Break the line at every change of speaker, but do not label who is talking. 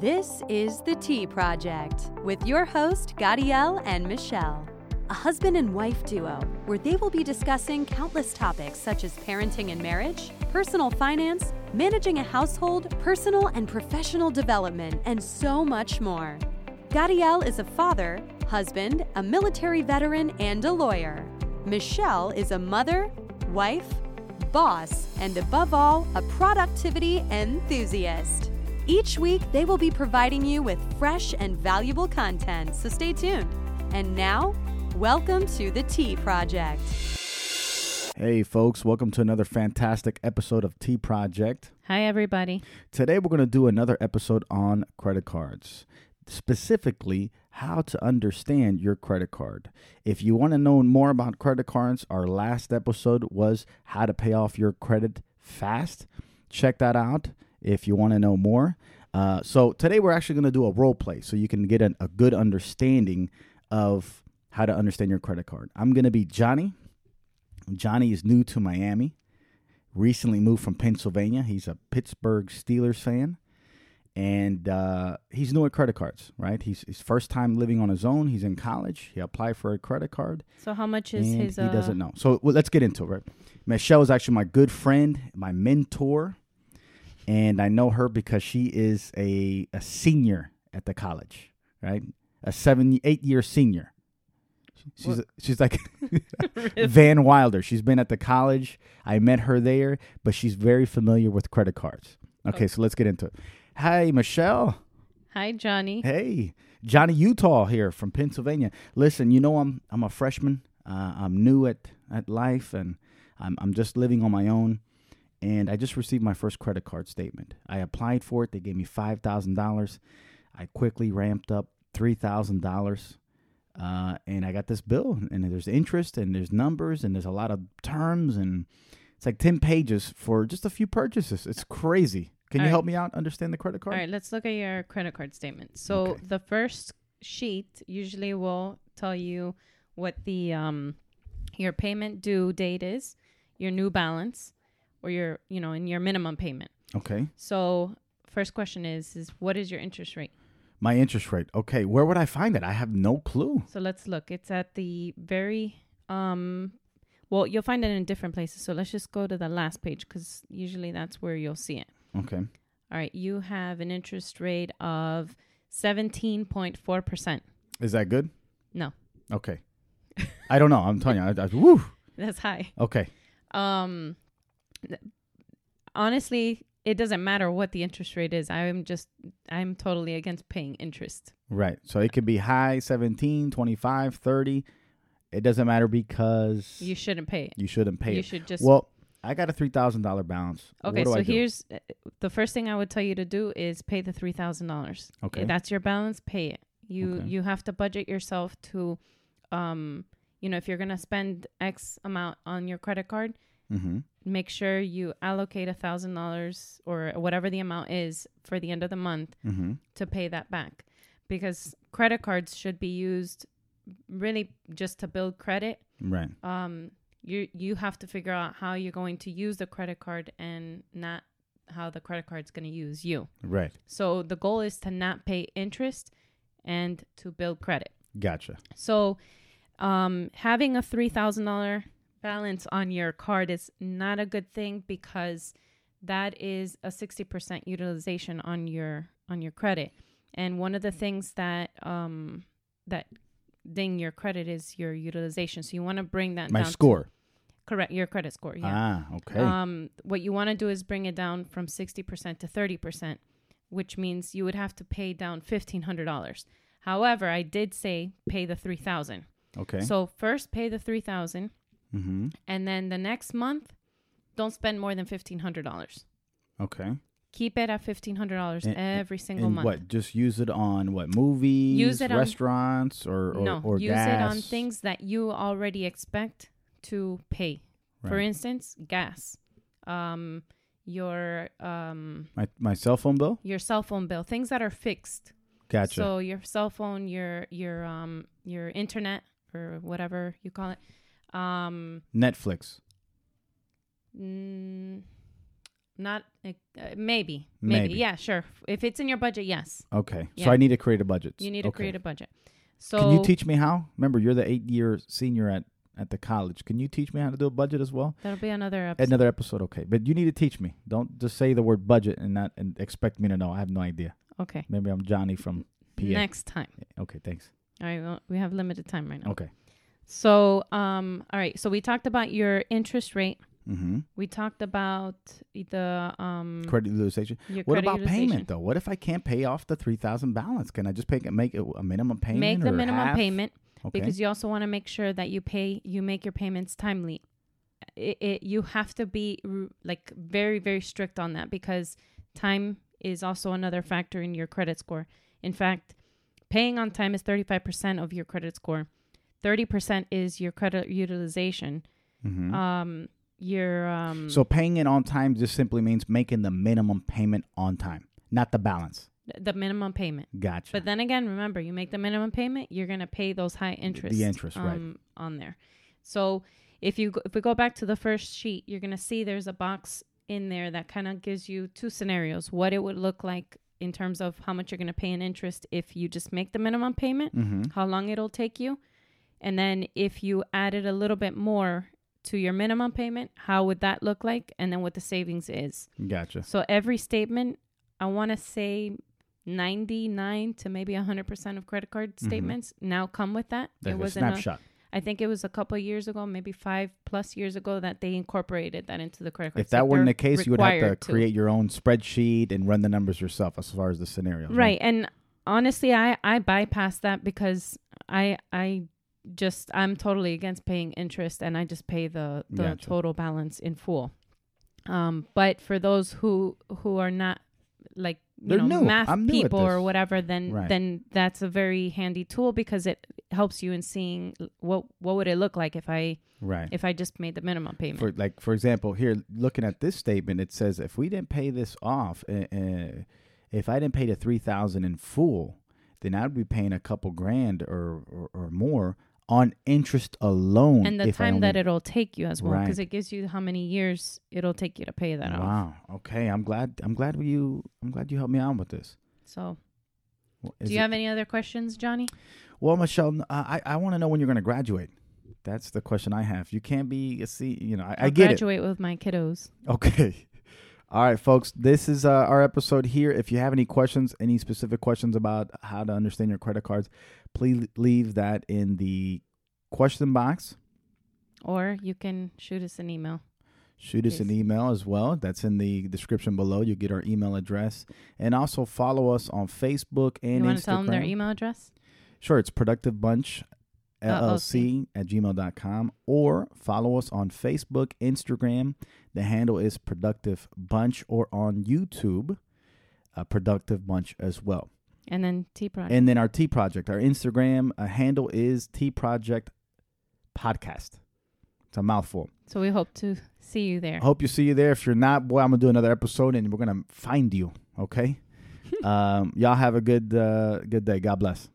This is The Tea Project with your host, Gadiel and Michelle, a husband and wife duo where they will be discussing countless topics such as parenting and marriage, personal finance, managing a household, personal and professional development, and so much more. Gadiel is a father, husband, a military veteran, and a lawyer. Michelle is a mother, wife, boss, and above all, a productivity enthusiast. Each week, they will be providing you with fresh and valuable content, so stay tuned. And now, welcome to the Tea Project.
Hey, folks, welcome to another fantastic episode of Tea Project.
Hi, everybody.
Today, we're going to do another episode on credit cards, specifically how to understand your credit card. If you want to know more about credit cards, our last episode was how to pay off your credit fast. Check that out if you want to know more. Uh, so, today, we're actually going to do a role play so you can get an, a good understanding of how to understand your credit card. I'm going to be Johnny. Johnny is new to Miami, recently moved from Pennsylvania. He's a Pittsburgh Steelers fan, and uh, he's new at credit cards, right? He's his first time living on his own. He's in college. He applied for a credit card,
So, how much is
and
his?
he
Uh,
doesn't know. So well, let's get into it, right? Michelle is actually my good friend, my mentor, and I know her because she is a, a senior at the college, right? A seven, eight year senior. She's, she's like Van Wilder. She's been at the college. I met her there, but she's very familiar with credit cards. Okay, so let's get into it. Hi, Michelle.
Hi, Johnny.
Hey, Johnny Utah here from Pennsylvania. Listen, you know I'm I'm a freshman. Uh, I'm new at at life, and I'm I'm just living on my own. And I just received my first credit card statement. I applied for it. They gave me five thousand dollars. I quickly ramped up three thousand dollars, uh, and I got this bill. And there's interest, and there's numbers, and there's a lot of terms, and it's like ten pages for just a few purchases. It's crazy. Can
All
you
right.
help me out understand the credit
All
card?
right, let's look at your credit card statement. So,
Okay.
the first sheet usually will tell you what the um, your payment due date is, your new balance, or your you know, and your minimum payment.
Okay.
So, first question is is what is your interest rate?
My interest rate. Okay, where would I find it? I have no clue.
So let's look. It's at the very um well, you'll find it in different places. So let's just go to the last page cuz usually that's where you'll see it.
Okay.
All right, you have an interest rate of 17.4%.
Is that good?
No,
Okay. I don't know. I'm telling you. I, I, woo.
that's high.
Okay.
Um th- honestly, it doesn't matter what the interest rate is. I'm just I'm totally against paying interest.
Right. So it could be high 17, 25, 30. It doesn't matter because
You
you,
shouldn't pay it.
shouldn't pay
you
it.
should just
Well, I got a $3,000 balance.
Okay,
What do
so
I do?
here's uh, the first thing I would tell you to do is pay the three thousand dollars.
Okay.
if that's your balance. Pay it. You
Okay.
you have to budget yourself to, um, you know, if you're gonna spend X amount on your credit card,
Mm-hmm.
make sure you allocate a thousand dollars or whatever the amount is for the end of the month
Mm-hmm.
to pay that back, because credit cards should be used really just to build credit
Right.
um, you you have to figure out how you're going to use the credit card and not how the credit card's going to use you.
Right.
So the goal is to not pay interest and to build credit.
Gotcha.
So um, having a three thousand dollar balance on your card is not a good thing because that is a sixty percent utilization on your on your credit. And one
Mm.
of the things that um, that ding your credit is your utilization. So you want to bring that
My
down to-
score.
Correct, your credit score. Yeah.
Ah, okay.
Um, what you want to do is bring it down from sixty percent to thirty percent, which means you would have to pay down fifteen hundred dollars. However, I did say pay the three thousand.
okay.
So first pay the three thousand,
mm-hmm.
and then the next month, don't spend more than fifteen hundred dollars.
Okay.
Keep it at fifteen hundred dollars
And-
every single
And
month.
what? Just use it on what? Movies,
it on-
restaurants, or, or,
no,
or
use it on
gas?
things that you already expect to pay. For
Right.
instance, gas, um, your um,
My, my cell phone bill?
your cell phone bill, things that are fixed.
Gotcha.
So your cell phone, your your um your internet or whatever you call it. Um
Netflix.
mm, Not uh, uh, maybe, maybe,
Maybe.
yeah, sure. If it's in your budget, yes,
Okay.
Yeah.
So I need to create a budget.
you need to
Okay.
create a budget. So
Can you teach me how? Remember, you're the eight year senior at, at the college. Can you teach me how to do a budget as well?
that'll be another episode.
Another episode, okay. But you need to teach me. Don't just say the word budget and not and expect me to know. I have no idea.
okay,
Maybe I'm Johnny from PA.
next time.
Okay, thanks.
All right, well, we have limited time right now.
Okay.
So, um, all right. So we talked about your interest rate.
Mm-hmm.
We talked about the um.
Credit utilization.
your
What
credit
about
utilization.
payment though? What if I can't pay off the three thousand balance? Can I just pay, make a a minimum payment?
Make the
or
minimum
half?
payment
Okay.
because you also want to make sure that you pay. You make your payments timely. It, it, you have to be r- like very very strict on that because time is also another factor in your credit score. In fact, paying on time is thirty five percent of your credit score. Thirty percent is your credit utilization.
Mhm.
Um, your um.
so paying it on time just simply means making the minimum payment on time, not the balance.
th- the minimum payment.
Gotcha.
But then again, remember, you make the minimum payment, you're going to pay those high interest um,
interest, right.
on there. So if you go, if we go back to the first sheet, you're going to see there's a box in there that kind of gives you two scenarios: what it would look like in terms of how much you're going to pay in interest if you just make the minimum payment,
mm-hmm.
how long it'll take you, and then if you added a little bit more to your minimum payment, how would that look like, and then what the savings is.
Gotcha.
So every statement, I want to say 99 to maybe 100% of credit card statements now come with that.
Like Mm-hmm. a
in a-
snapshot.
I think it was a couple years ago, maybe five plus years ago, that they incorporated that into the credit card.
if that weren't
they're
the case, you would have to
required
create your own spreadsheet and run the numbers yourself as far as the scenario.
Right. And honestly, I, I bypass that because I, I just, I'm totally against paying interest and I just pay the, the
Gotcha.
total balance in full. Um, but for those who, who are not like you
They're
know,
new.
math
I'm new at
people or
this.
whatever, then
Right.
then that's a very handy tool because it helps you in seeing l- what what would it look like if I
Right.
if I just made the minimum payment.
for like for example here looking at this statement it says if we didn't pay this off uh, uh, if i didn't pay the 3000 in full then i'd be paying a couple grand or or, or more on interest alone
and the
if I
time that
only-
it'll take you as well, because
Right.
it gives you how many years it'll take you to pay that off.
wow okay i'm glad i'm glad you i'm glad you helped me out with this
So,
Well, is
do you
it-
have any other questions, Johnny?
well michelle n- i i want to know when you're going to graduate that's the question i have you can't be a c you know i, I
I'll
get it
graduate with my kiddos.
Okay. All right, folks. This is uh, our episode here. If you have any questions, any specific questions about how to understand your credit cards, please leave that in the question box.
Or you can shoot us an email.
Shoot us an
Please.
email as well. That's in the description below. You'll get our email address. And also follow us on Facebook and
you want
Instagram.
to tell them their email address?
Sure, it's Productive Bunch LLC
LLC.
at gmail.com or follow us on Facebook, Instagram. The handle is Productive Bunch or on YouTube, uh, Productive Bunch as well.
And then T Project.
And then our T Project, our Instagram uh, handle is T Project Podcast. It's a mouthful.
so we hope to see you there.
Hope you see you there. If you're not, boy, I'm gonna do another episode and we're gonna find you. Okay. um, y'all have a good uh, good day. God bless.